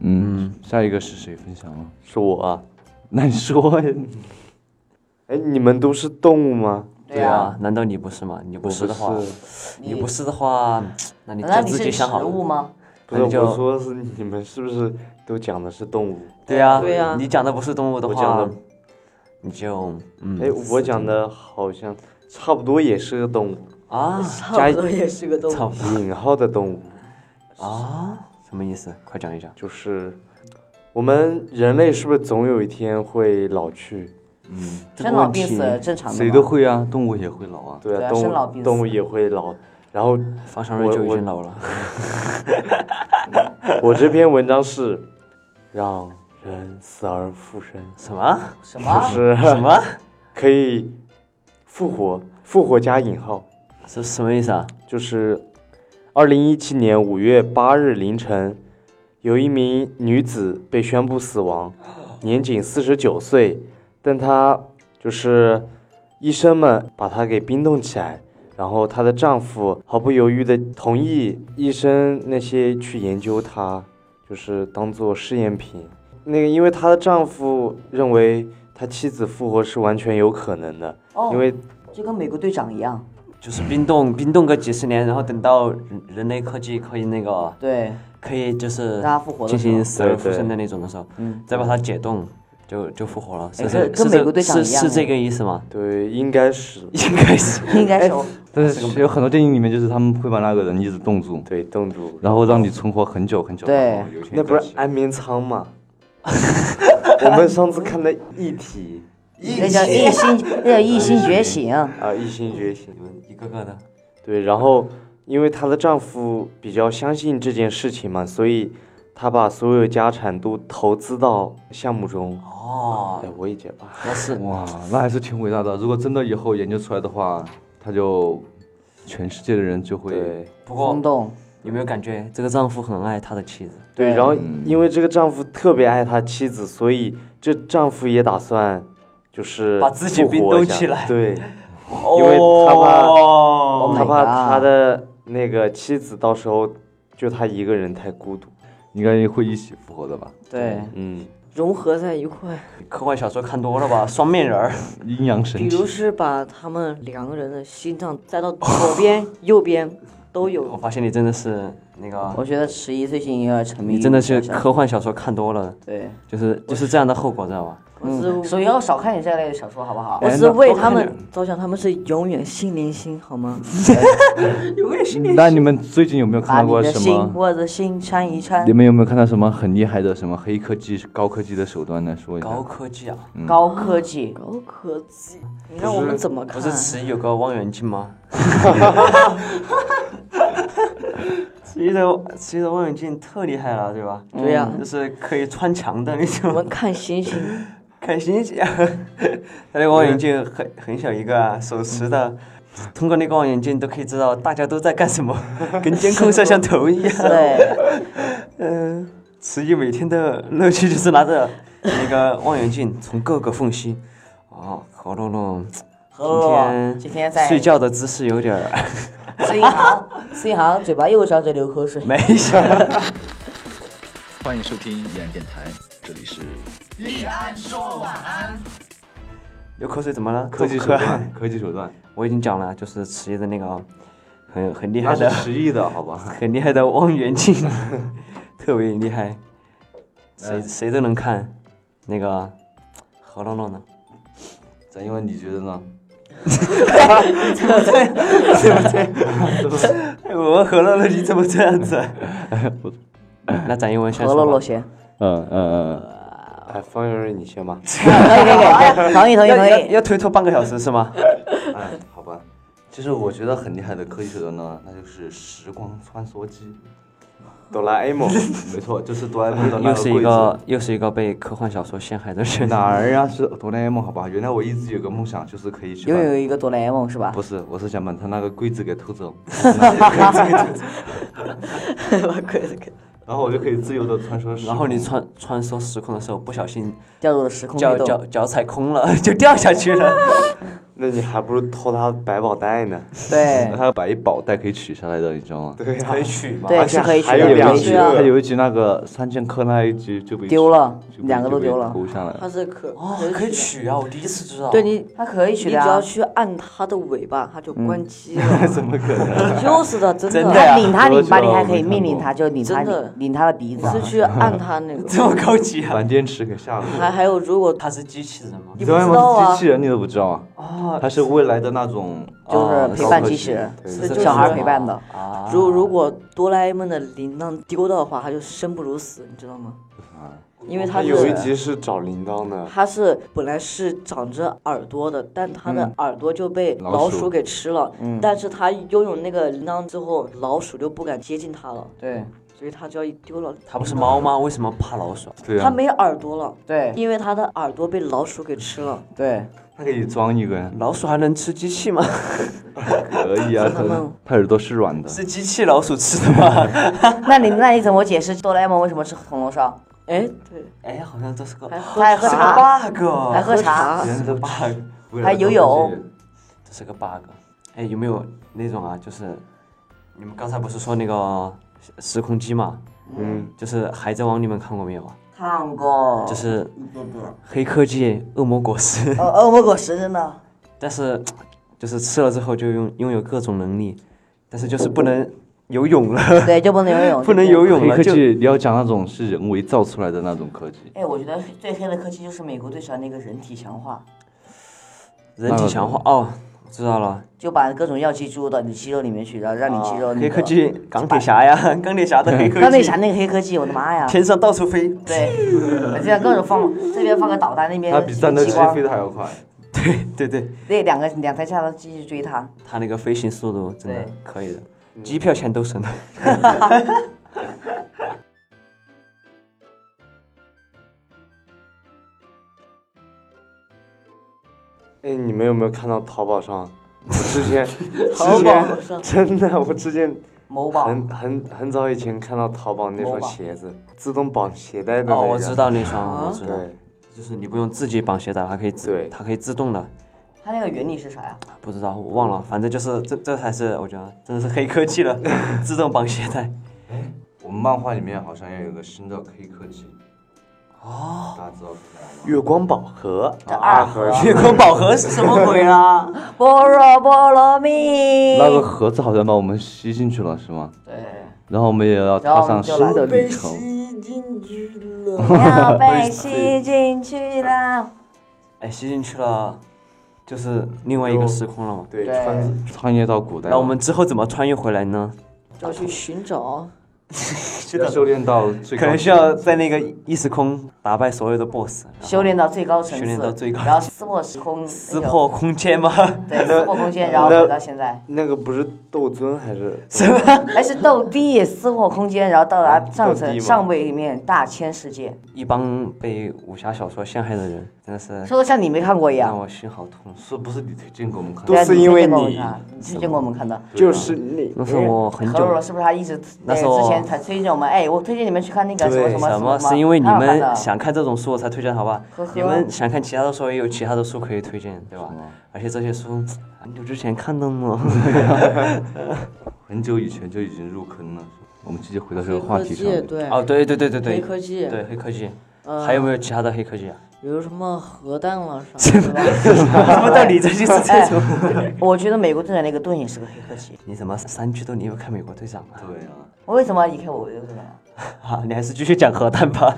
Speaker 4: 嗯，下一个是谁分享了？
Speaker 8: 是我啊。
Speaker 4: 那你说呀？
Speaker 8: 哎，你们都是动物吗？
Speaker 6: 对啊，，
Speaker 5: 难道你不是吗？你不是的话，你不是的话，那你
Speaker 6: 难道
Speaker 5: 就
Speaker 6: 你
Speaker 5: 自己
Speaker 6: 是食
Speaker 5: 想好
Speaker 6: 物
Speaker 5: 了。
Speaker 6: 吗？
Speaker 8: 不
Speaker 5: 那
Speaker 8: 是
Speaker 5: 你就
Speaker 8: 我说是你们是不是都讲的是动物？
Speaker 5: 对呀，
Speaker 3: 对啊
Speaker 5: 你讲的不是动物的
Speaker 8: 我讲
Speaker 5: 话
Speaker 8: 的，
Speaker 5: 你就嗯
Speaker 8: 哎，我讲的好像差不多也是个动物，
Speaker 5: 啊
Speaker 6: *laughs*
Speaker 8: 加
Speaker 3: 我也是个动物。
Speaker 8: 引号的动物，
Speaker 5: 啊，什么意思？快讲一讲。
Speaker 8: 就是我们人类是不是总有一天会老去？
Speaker 5: 这个
Speaker 6: 生老
Speaker 5: 问
Speaker 6: 病
Speaker 5: 题
Speaker 6: 死正常的
Speaker 4: 谁
Speaker 6: 嘛
Speaker 4: 都会啊，动物也会老啊。
Speaker 8: 对
Speaker 6: 对啊
Speaker 8: 动
Speaker 6: 生老
Speaker 8: 物
Speaker 6: 病
Speaker 8: 动
Speaker 6: 死
Speaker 8: 物也会老。然后
Speaker 5: 方尚瑞
Speaker 8: 我
Speaker 5: 就已
Speaker 8: 我
Speaker 5: 经老了。
Speaker 8: 我这篇文章是让人死而复生，
Speaker 5: 什么？
Speaker 6: *laughs* 什么？
Speaker 8: 是 *laughs*
Speaker 5: 什么？
Speaker 8: 可以复活，复活加引号。
Speaker 5: 是什么意思啊？
Speaker 8: 就是二零一七年五月八日凌晨，有一名女子被宣布死亡，年仅四十九岁，但她就是医生们把她给冰冻起来，然后她的丈夫毫不犹豫的同意医生那些去研究她，就是当做试验品。那个，因为她的丈夫认为她妻子复活是完全有可能的，
Speaker 6: 哦，
Speaker 8: 因为
Speaker 6: 就跟美国队长一样。
Speaker 5: 就是冰冻，冰冻个几十年，然后等到人人类科技可以那个，
Speaker 6: 对，
Speaker 5: 可以就是
Speaker 6: 让它复活的
Speaker 5: 进
Speaker 6: 时候
Speaker 5: 行死而复
Speaker 8: 对对
Speaker 5: 生的那种的时候，
Speaker 6: 嗯，
Speaker 5: 再把它解冻，就就复活了。是
Speaker 6: 哎
Speaker 5: 这
Speaker 6: 跟跟
Speaker 5: 是这
Speaker 6: 美国队长
Speaker 5: 是
Speaker 6: 一样
Speaker 5: 是
Speaker 6: 哎
Speaker 5: 这个意思吗？
Speaker 8: 对，应该是
Speaker 5: 应该
Speaker 6: *laughs*
Speaker 5: 是。
Speaker 6: 应该是。
Speaker 5: 哎
Speaker 4: 但是有很多电影里面就是他们会把那个人一直冻住，
Speaker 8: 对冻住。
Speaker 4: 然后让你存活很久很久。
Speaker 6: 对
Speaker 4: 然后有一天
Speaker 8: 那不
Speaker 4: 再
Speaker 8: 是
Speaker 4: 起来
Speaker 8: 安眠舱吗？ *laughs* 我们上次看的《异体
Speaker 6: 那叫一心，那叫一
Speaker 5: 哎
Speaker 6: 心觉醒。》
Speaker 8: 啊，《异星觉醒》
Speaker 5: 一个个的，
Speaker 8: 对，然后因为她的丈夫比较相信这件事情嘛，所以她把所有家产都投资到项目中。
Speaker 5: 哦
Speaker 8: 哎，，我也结巴。
Speaker 5: 那是
Speaker 4: 哇，那还是挺伟大的。如果真的以后研究出来的话，他就全世界的人就会
Speaker 8: 对
Speaker 5: 不
Speaker 6: 轰
Speaker 5: 过
Speaker 6: 动，
Speaker 5: 有没有感觉这个丈夫很爱他的妻子？
Speaker 8: 对，然后因为这个丈夫特别爱他妻子，所以这丈夫也打算就是
Speaker 5: 把自己
Speaker 8: 复活
Speaker 5: 冰冻
Speaker 8: 一下
Speaker 5: 起来
Speaker 8: 对，
Speaker 5: 因
Speaker 8: 因为他怕
Speaker 5: 哦，
Speaker 8: 他
Speaker 6: my
Speaker 8: 怕
Speaker 6: god
Speaker 8: 他的那个妻子到时候就他一个人太孤独。
Speaker 4: 应该会一起复活的吧？
Speaker 6: 对，
Speaker 8: 嗯，
Speaker 11: 融合在一块，
Speaker 5: 科幻小说看多了 *laughs* 吧？双面人儿，
Speaker 4: 阴阳
Speaker 11: 比
Speaker 4: 神
Speaker 11: 如
Speaker 4: 体，
Speaker 11: 是把他们两个人的心脏塞到左
Speaker 6: *laughs*
Speaker 11: 边、右边都
Speaker 5: 我
Speaker 11: 有。
Speaker 5: 发现你真的是那个，
Speaker 6: 我觉得十一最近有点沉迷于
Speaker 5: *laughs* 你真的是
Speaker 6: 武侠小说
Speaker 5: 科幻小说看多了，
Speaker 6: 对，
Speaker 5: 就是就是这样的后果，知道吧？
Speaker 11: 我是
Speaker 6: 所以要少看点这类的小说，好不好？
Speaker 11: 我是为他们着想，他们是永远心连心，好吗？
Speaker 4: 那你们最近有没有看到
Speaker 6: 把你
Speaker 4: 过
Speaker 6: 的
Speaker 4: 什
Speaker 6: 心
Speaker 4: 么？
Speaker 6: 握着心掺一掺
Speaker 4: 你，们有没有看到什么很厉害的什么黑科技、高科技的手段呢？说一下
Speaker 5: 高。科技啊，
Speaker 6: 高科技。
Speaker 11: 高科技，你让我们怎么看
Speaker 5: 不？是十一有个望远镜 *laughs* 吗？十一的十一的望远镜特厉害了，对吧？嗯
Speaker 11: 对呀
Speaker 5: 就是可以穿墙的那
Speaker 11: 我
Speaker 5: 种，
Speaker 11: 们看星星，
Speaker 5: 看星星。 *laughs* 他那个望远镜很很小一个、啊，手持的，通过那个望远镜都可以知道大家都在干
Speaker 2: *laughs*
Speaker 5: 什么，跟监控摄像头一样。
Speaker 6: 对，
Speaker 5: 嗯，十一每天的乐趣就是拿着那个望远镜从各个缝隙，哦，喉咙咙
Speaker 2: 哦，今天在
Speaker 5: 睡觉的姿势有点儿 *laughs*
Speaker 6: 思一航，思一航嘴巴又张着流口水。
Speaker 5: 没什么。
Speaker 1: 欢迎收听依然电台，这里是
Speaker 5: 流口水怎么了？
Speaker 4: 科技
Speaker 5: 这
Speaker 4: 手
Speaker 5: 么可爱
Speaker 4: 段，科技手段，
Speaker 5: 我已经讲了，就是迟疑的那个很很厉害
Speaker 4: 那是
Speaker 5: 的、
Speaker 4: 十亿的好吧？
Speaker 5: 很厉害的望远镜， *laughs* 特别厉害，谁
Speaker 4: 来
Speaker 5: 谁都能看。那个何龙龙呢？
Speaker 4: 咱因为你觉得呢？
Speaker 5: 哎我们何龙龙你怎么这样子？
Speaker 2: *laughs*
Speaker 5: 那咱英文先
Speaker 6: 何洛
Speaker 5: 说
Speaker 6: 洛
Speaker 5: 吧。
Speaker 6: 先，
Speaker 4: 嗯嗯
Speaker 8: 哎，方圆儿，你先吧。
Speaker 6: 同意同意
Speaker 5: 要
Speaker 6: 同
Speaker 5: 要
Speaker 6: 意。
Speaker 5: 要推脱半个小时 *laughs* 是吗？
Speaker 4: 嗯，哎，好吧。其实我觉得很厉害的科技手段呢，那就是时光穿梭机。
Speaker 8: 哆啦
Speaker 5: *laughs*
Speaker 8: A 梦，
Speaker 4: *laughs* 没错，就是哆啦 A 梦的那
Speaker 5: 又是一
Speaker 4: 柜子
Speaker 5: 个又是一个被科幻小说陷害的 *laughs* 人。
Speaker 4: 哪儿呀、是哆啦 A 梦，好吧？原来我一直有个梦想，就是可以去
Speaker 6: 拥
Speaker 4: 把
Speaker 6: 有一个哆啦 A 梦是吧？
Speaker 4: 不是，我是想把他那个柜子给偷走，然后我就可以自由的穿梭时空。
Speaker 5: 然后你穿穿梭时空的时候，不小心
Speaker 6: 掉入了时空
Speaker 5: 脚
Speaker 6: 黑
Speaker 5: 脚
Speaker 6: 洞。
Speaker 5: 脚踩空了，就掉下去了。
Speaker 8: 那你还不如偷他百宝袋呢。
Speaker 5: 啊
Speaker 6: 对
Speaker 4: 他要把一宝袋可以取下来的，你知道吗？
Speaker 5: *laughs*
Speaker 8: 对呀、
Speaker 5: 可以取吗？
Speaker 4: 啊
Speaker 6: 对，
Speaker 8: 而且
Speaker 6: 是可以
Speaker 8: 还
Speaker 6: 学
Speaker 8: 有
Speaker 6: 的
Speaker 8: 两
Speaker 6: 对
Speaker 8: 句，
Speaker 6: 啊
Speaker 4: 他有一集那个三剑客那一集就被
Speaker 6: 丢了
Speaker 4: 就，被
Speaker 6: 两个都丢
Speaker 4: 就
Speaker 6: 了
Speaker 4: 被。偷下来了。
Speaker 11: 它是可
Speaker 5: 哦，可以取啊！我第一次知道。
Speaker 2: 哦
Speaker 6: 对你，
Speaker 11: 它可以
Speaker 6: 你
Speaker 11: 取
Speaker 6: 只
Speaker 11: 的
Speaker 6: 要
Speaker 11: 啊。
Speaker 6: 去按它的尾巴，它就关机 *laughs* 了。
Speaker 4: 怎么可能？
Speaker 6: 就是的，啊真
Speaker 5: 真
Speaker 6: 的
Speaker 5: 的。呀
Speaker 2: 他拧他
Speaker 4: 多
Speaker 2: 拧吧，
Speaker 4: 久
Speaker 2: 你还
Speaker 4: 没
Speaker 2: 可以
Speaker 4: 看
Speaker 2: 命令
Speaker 4: 过
Speaker 2: 他，就拧他
Speaker 6: 真的
Speaker 2: 拧拧他的鼻子啊。
Speaker 6: 是去按它
Speaker 2: *laughs*
Speaker 6: 那个
Speaker 5: *laughs* 。这么高级啊！
Speaker 4: 把电池给吓死
Speaker 6: 还
Speaker 4: 了。
Speaker 6: 还有，如果
Speaker 5: 它是机器人吗？
Speaker 6: 你不
Speaker 4: 哆啦 A
Speaker 6: 知道
Speaker 4: 梦是
Speaker 6: 啊
Speaker 4: 机器，人，你都不知道啊？
Speaker 5: 哦，
Speaker 4: 他是未来的那种，
Speaker 2: 就是
Speaker 5: 哦
Speaker 2: 陪伴机器人，
Speaker 6: 这就是
Speaker 2: 小孩儿陪伴的。
Speaker 5: 啊，
Speaker 6: 如如果哆啦 A 梦的铃铛丢的话，它就生不如死，你知道吗？因为它
Speaker 8: 啊哦他有一
Speaker 6: 是
Speaker 8: 集是找铃铛的，
Speaker 6: 它是本来是长着耳朵的，但它
Speaker 5: 嗯
Speaker 6: 的耳朵就被
Speaker 4: 老
Speaker 6: 老
Speaker 4: 鼠
Speaker 6: 鼠给吃了。但是它拥有那个铃铛之后，老鼠就不敢接近它了，
Speaker 2: 对
Speaker 6: 所以它只要一丢了，
Speaker 5: 它不是猫吗？为什么怕老鼠？
Speaker 4: 对
Speaker 6: 它
Speaker 4: 啊，
Speaker 6: 没耳朵了，
Speaker 2: 对
Speaker 6: 因为它的耳朵被老鼠给吃了。
Speaker 2: 对，
Speaker 4: 他可以装一个呀，
Speaker 5: 老鼠还能吃机器吗？ *laughs*
Speaker 4: 可以啊，
Speaker 6: *laughs* 真的吗
Speaker 4: 他耳朵是软的，
Speaker 5: 是机器老鼠吃的吗？ *laughs*
Speaker 2: 那你那你怎么解释哆啦 A 梦为什么吃铜锣
Speaker 6: *laughs*
Speaker 2: 烧？
Speaker 6: 哎，对，
Speaker 5: 哎，好像这是个
Speaker 6: 还
Speaker 5: 是
Speaker 6: 喝
Speaker 2: 还喝
Speaker 5: 个
Speaker 2: 茶
Speaker 5: bug，
Speaker 2: 还喝茶？
Speaker 4: 人
Speaker 5: 这
Speaker 4: 都
Speaker 5: 个 bug，
Speaker 2: 还游泳，
Speaker 5: 这是个 bug。哎，有没有那种啊？就是你们刚才不是说那个时空机嘛？嗯，就是《海贼王》，你们看过没有啊？
Speaker 2: 看过
Speaker 5: 就是黑科技恶魔果实。 *laughs*
Speaker 2: 呃，恶魔果实真的。
Speaker 5: 但是就是吃了之后就拥拥有各种能力，但是就是不能游泳了， *laughs*
Speaker 2: 对，就不能游泳，
Speaker 5: 不能
Speaker 2: 就这样
Speaker 5: 游泳
Speaker 4: 黑
Speaker 5: 了
Speaker 4: 科
Speaker 5: 就。
Speaker 4: 技，你要讲那种是人为造出来的那种科技，
Speaker 2: 哎，我觉得最黑的科技就是美国队喜欢那个人体强化，
Speaker 5: 人体强
Speaker 2: 啊
Speaker 5: 化哦，我知道了，
Speaker 2: 就把各种药剂注入到你肌肉里面去，然后让你肌肉那
Speaker 5: 啊黑
Speaker 2: 个
Speaker 5: 科。技，钢铁侠呀，钢铁侠的黑科技，
Speaker 2: 嗯钢铁侠那个黑科技，我的妈呀！
Speaker 5: 天上到处飞，
Speaker 2: 对，这样各种放，这边放个导弹，那边
Speaker 4: 它比战斗
Speaker 2: 激
Speaker 4: 机
Speaker 2: 光
Speaker 4: 飞，的还要快。
Speaker 5: *laughs* 对对对，
Speaker 2: 对，两个两台架都继续追他。
Speaker 5: 他那个飞行速度真的
Speaker 2: 对嗯
Speaker 5: 可以的，机票钱都省了。
Speaker 8: 哎，你们有没有看到淘宝上？我之
Speaker 5: *laughs*
Speaker 8: 前，
Speaker 6: 淘
Speaker 8: 之
Speaker 6: 宝上
Speaker 8: 前真的，我之前
Speaker 2: 某宝
Speaker 8: 很很很早以前看到淘宝那双鞋子，自动绑鞋带的那
Speaker 5: 哦，
Speaker 8: 个。
Speaker 5: 我知。道那双，我知道，
Speaker 8: 对，
Speaker 5: 就是你不用自己绑鞋带，它可以自，
Speaker 8: 对
Speaker 5: 它可以自动的。
Speaker 2: 它那个原理是啥呀？
Speaker 5: 不知道，我忘了，反正就是这这才是我觉得真的是黑科技了，自动绑鞋带。
Speaker 4: 我们漫画里面好像也有个新的黑科技，
Speaker 6: 哦
Speaker 4: 大家知道是什么吗？
Speaker 8: 月光宝盒，
Speaker 2: 二
Speaker 8: 盒，
Speaker 5: 月光宝盒是什么鬼啦？
Speaker 11: 般若波罗蜜。
Speaker 4: 那个盒子好像把我们吸进去了，是吗？
Speaker 2: 对，
Speaker 4: 然后我们也要踏上新的旅程。
Speaker 6: 哎
Speaker 11: 要被吸进去了。
Speaker 5: *laughs* 哎，吸进去了，就是另外一个时空了嘛。
Speaker 8: 对，
Speaker 2: 对
Speaker 8: 穿
Speaker 4: 穿越到古代，
Speaker 5: 那我们之后怎么穿越回来呢？
Speaker 6: 要去寻找
Speaker 4: 要修炼到最高
Speaker 5: 可能需要在那个异时空打败所有的 BOSS，然后
Speaker 6: 哎
Speaker 2: 修炼到最高层次，
Speaker 5: 修炼到最高
Speaker 2: 然后撕破时空，
Speaker 5: 撕破空间吗？ *laughs*
Speaker 2: 对撕破空间，然后
Speaker 8: 那
Speaker 2: 回到现在，
Speaker 8: 那个不是斗尊还是
Speaker 2: 还是斗地撕破空间，然后到达上
Speaker 8: 斗地
Speaker 2: 层
Speaker 8: 吗
Speaker 2: 上位里面大千世界。
Speaker 5: 一帮被武侠小说陷害的人，真的是
Speaker 2: 说的像你没看过一
Speaker 5: 让
Speaker 2: 样，
Speaker 5: 我心好痛。
Speaker 4: 是不是你推荐给我们看？
Speaker 8: 都是因为你
Speaker 2: 嗯你推荐过我们看的。
Speaker 8: 就是那
Speaker 5: 那是我很
Speaker 2: 何
Speaker 5: 久
Speaker 2: 若是不是他一直
Speaker 5: 那
Speaker 2: 那
Speaker 5: 是
Speaker 2: 个
Speaker 5: 我
Speaker 2: 之前才推荐我们？哎，我推荐你们去看那个什么
Speaker 8: 对
Speaker 2: 什么
Speaker 5: 什么，
Speaker 2: 么，
Speaker 5: 是因为你
Speaker 2: 蛮好看
Speaker 5: 们
Speaker 2: 的
Speaker 5: 想看这种书，我才推荐，好吧
Speaker 2: 呵？呵
Speaker 5: 你们想看其他的书，也有其他的书可以推荐，对吧？而且这些书很久之前看的呢。
Speaker 4: 很久以前就已经入坑了。我们直接回到这个
Speaker 6: 黑
Speaker 4: 话
Speaker 6: 科
Speaker 4: 题
Speaker 6: 技
Speaker 4: 上，面。
Speaker 6: 对，
Speaker 5: *laughs* 哦，对对对对
Speaker 6: 黑
Speaker 5: 对，
Speaker 6: 科技，
Speaker 5: 对黑科技，
Speaker 6: 呃
Speaker 5: 还有没有其他的黑科技啊？
Speaker 6: 比如什么核弹了啥的吧？
Speaker 5: 什么道理？这就是 *laughs* 这种。
Speaker 2: 哎我觉得美国队长那个盾也是个黑科技。
Speaker 5: 哎你怎么三句都离不开美国队长啊？
Speaker 4: 对啊，
Speaker 2: 我为什么要离 E 开我美国队长？
Speaker 5: *laughs* 啊，你还是继续讲核弹吧。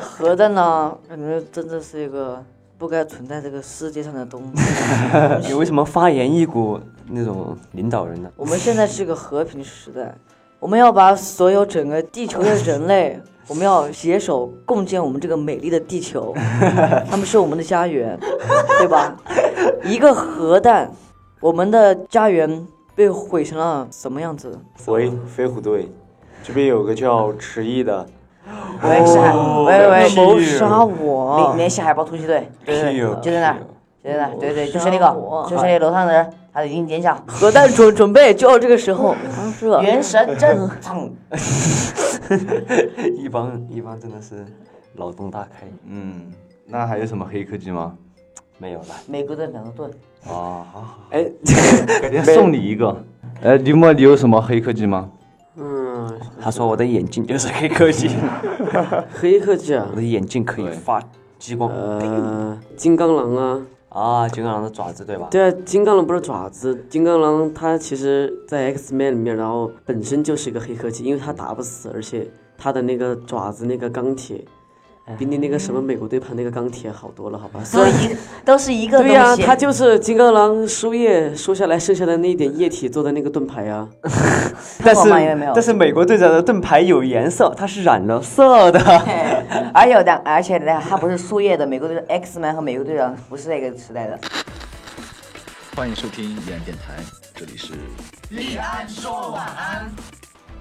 Speaker 6: 核弹呢，感觉真的是一个不该存在这个世界上的东西。
Speaker 5: 你为什么发言一股那种领导人呢？
Speaker 6: 我们现在是一个和平时代，我们要把所有整个地球的人类，我们要携手共建我们这个美丽的地
Speaker 5: *laughs*
Speaker 6: 球，他们是我们的家园， *laughs* 对吧？一个核弹，我们的家园被毁成了什么样子？
Speaker 8: 喂飞虎队，这边有个叫迟毅的，
Speaker 2: 喂，是海，
Speaker 6: 哦
Speaker 2: 喂喂喂，
Speaker 6: 谋杀我
Speaker 2: 联！联系海豹突击队，对对对，就在那儿，就在那儿，对对，就是那个，就是那楼上的人，他已经演讲，
Speaker 6: 核弹准准备就要这个时候发射。
Speaker 2: 原神正常，
Speaker 5: 一帮一帮真的是脑洞大开，
Speaker 4: 嗯，那还有什么黑科技吗？
Speaker 5: 没有了。
Speaker 2: 美国队长的盾，
Speaker 4: 啊，好好，
Speaker 8: 哎，
Speaker 4: 改天送你一个。哎，林墨，你有什么黑科技吗？
Speaker 3: 嗯，
Speaker 5: 他说我的眼镜就是黑科技，
Speaker 3: 黑科技啊
Speaker 5: 我，的眼镜可以
Speaker 4: 对
Speaker 5: 发激光
Speaker 3: 呃，金刚狼啊，
Speaker 5: 啊，金刚狼的爪子对吧？
Speaker 3: 对啊，金刚狼不是爪子，金刚狼它其实在 X Man 里面，然后本身就是一个黑科技，因为它打不死，而且它的那个爪子那个钢铁，比你那个什么美国队盘那个钢铁好多了，好吧？虽
Speaker 2: 都
Speaker 3: 然
Speaker 2: 一都是一个
Speaker 3: 对呀、
Speaker 2: 东西，
Speaker 3: 它就是金刚狼输液输下来剩下的那一点液体做的那个盾牌呀、
Speaker 5: 但
Speaker 2: 我
Speaker 5: 是
Speaker 2: 妈也没有
Speaker 5: 但是美国队长的盾牌有颜色，它是染了色的。 *laughs*
Speaker 2: 而有的，而且呢，他不是树叶的，美国队长 X Man 和美国队长不是那个时代的，
Speaker 1: 欢迎收听依然电台，这里是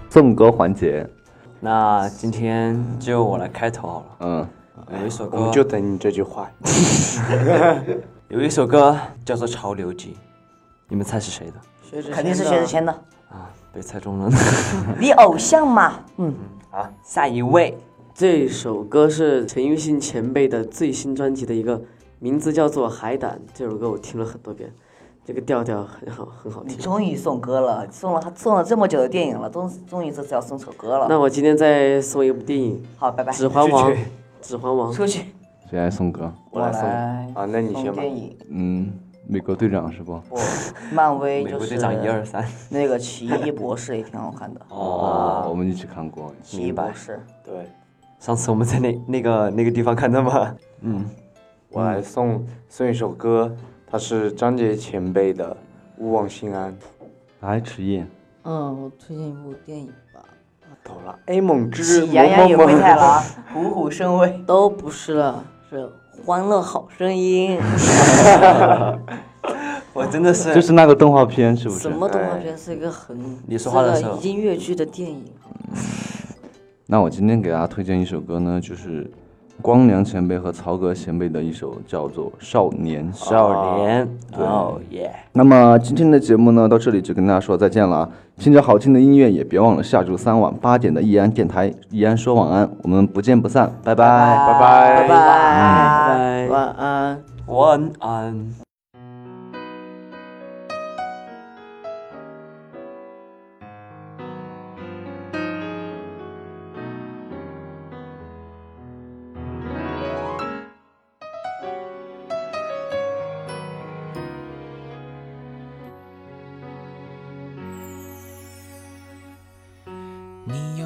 Speaker 4: 颂歌环节，
Speaker 5: 那今天就我来开头好了，
Speaker 4: 嗯，
Speaker 5: 有一首
Speaker 8: 我
Speaker 5: 歌
Speaker 8: 们就等你这句话。
Speaker 5: *laughs* 有一首歌叫做《潮流记》，你们猜是谁的？
Speaker 6: 薛之谦的
Speaker 2: 肯定是薛之谦的，
Speaker 5: 被猜中了。
Speaker 2: 你偶像嘛，
Speaker 5: 好，下一位，
Speaker 3: 这首歌是陈奕迅前辈的最新专辑的一个，名字叫做《海胆》。这首歌我听了很多遍，这个调调很好，很好
Speaker 2: 你
Speaker 3: 听。
Speaker 2: 终于送歌了，送了他送了这么久的电影了，终终于这次要送首歌了，
Speaker 3: 那我今天再送一部电影
Speaker 2: 好，拜拜，
Speaker 3: 《指环王》，《指环王》
Speaker 2: 出去，
Speaker 4: 谁来送歌？
Speaker 2: 我来
Speaker 8: 啊那你
Speaker 2: 送
Speaker 8: 先吧
Speaker 2: 电影，
Speaker 4: 嗯，美国队长是不？
Speaker 2: 不，漫威
Speaker 5: 美
Speaker 2: 就
Speaker 5: 国
Speaker 2: 是
Speaker 5: 队长一二三。
Speaker 2: 那个奇异博士也挺好看的，
Speaker 4: 哦，我们一起看过。
Speaker 2: 奇异博士，
Speaker 8: 对，
Speaker 5: 上次我们在那那个那个地方看的嘛，
Speaker 8: 我来送送一首歌，它是张杰前辈的《勿忘心安》。
Speaker 4: 来，迟毅，
Speaker 6: 嗯，我推荐一部电影吧，
Speaker 8: 哆啦 A 梦哎之
Speaker 2: 喜
Speaker 8: 魔
Speaker 2: 羊羊与灰
Speaker 8: 梦
Speaker 2: 太
Speaker 8: 梦，
Speaker 2: 狼， *laughs* 虎虎生威。
Speaker 6: 都不是了，是《欢乐好声
Speaker 5: *laughs*
Speaker 6: 音》
Speaker 5: 我真的是
Speaker 4: 就是那个动画片，是不是
Speaker 6: 什？么动画
Speaker 2: 哎
Speaker 6: 片是一个很
Speaker 5: 你说话的
Speaker 6: 这
Speaker 5: 时
Speaker 6: 个
Speaker 5: 候
Speaker 6: 音乐剧的电影。
Speaker 4: 那我今天给大家推荐一首歌呢，就是光良前辈和曹格前辈的一首叫做《少年》。
Speaker 5: 少年，哦耶！
Speaker 4: 那么今天的节目呢，到这里就跟大家说再见了啊！听着好听的音乐，也别忘了下周三晚八点的易安电台，易安说晚安，我们不见不散，拜
Speaker 5: 哎
Speaker 4: 拜
Speaker 2: 拜拜。
Speaker 5: 嗯
Speaker 8: 拜拜。
Speaker 3: 拜
Speaker 6: 晚安。
Speaker 5: 晚安。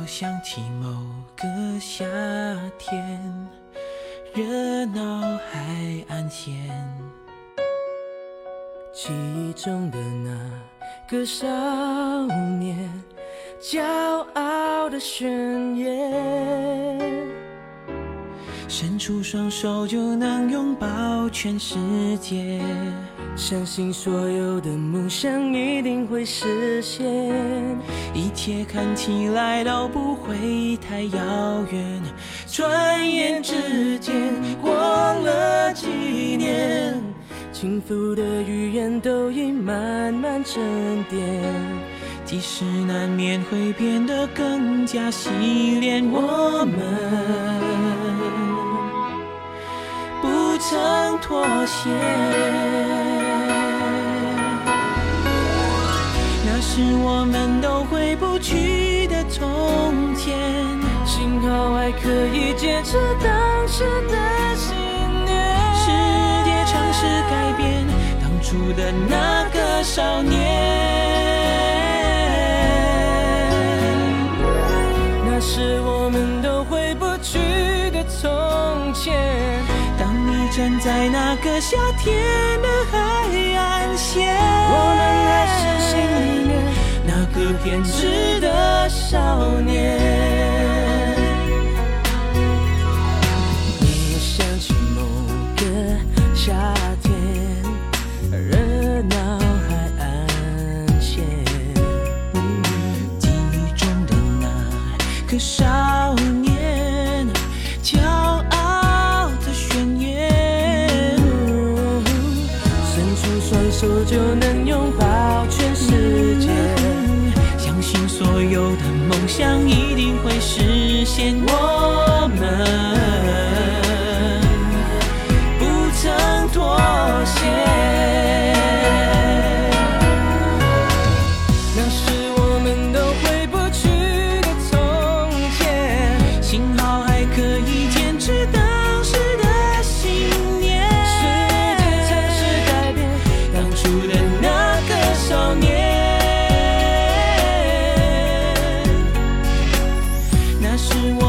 Speaker 12: 想起某个夏天，热闹海岸线，记忆中的那个少年，骄傲的宣言。伸出双手就能拥抱全世界，相信所有的梦想一定会实现，一切看起来都不会太遥远。转眼之间过了几年，轻浮的语言都已慢慢沉淀。即使难免会变得更加洗练，我们不曾妥协。那是我们都回不去的从前，幸好还可以坚持当时的信念。世界尝试改变当初的那个少年。那是我们都回不去的从前。当你站在那个夏天的海岸线，我们还是心里面那个偏执的少年。你想起某个夏天，热闹海岸线，记忆中的那。个少年，骄傲的宣言，伸出双手就能拥抱全世界。相信所有的梦想一定会实现，我们不曾妥协。那是我们都回不去的从前，幸好还可以坚持当时的信念。世界才是改变当初的那个少年，那是我。哦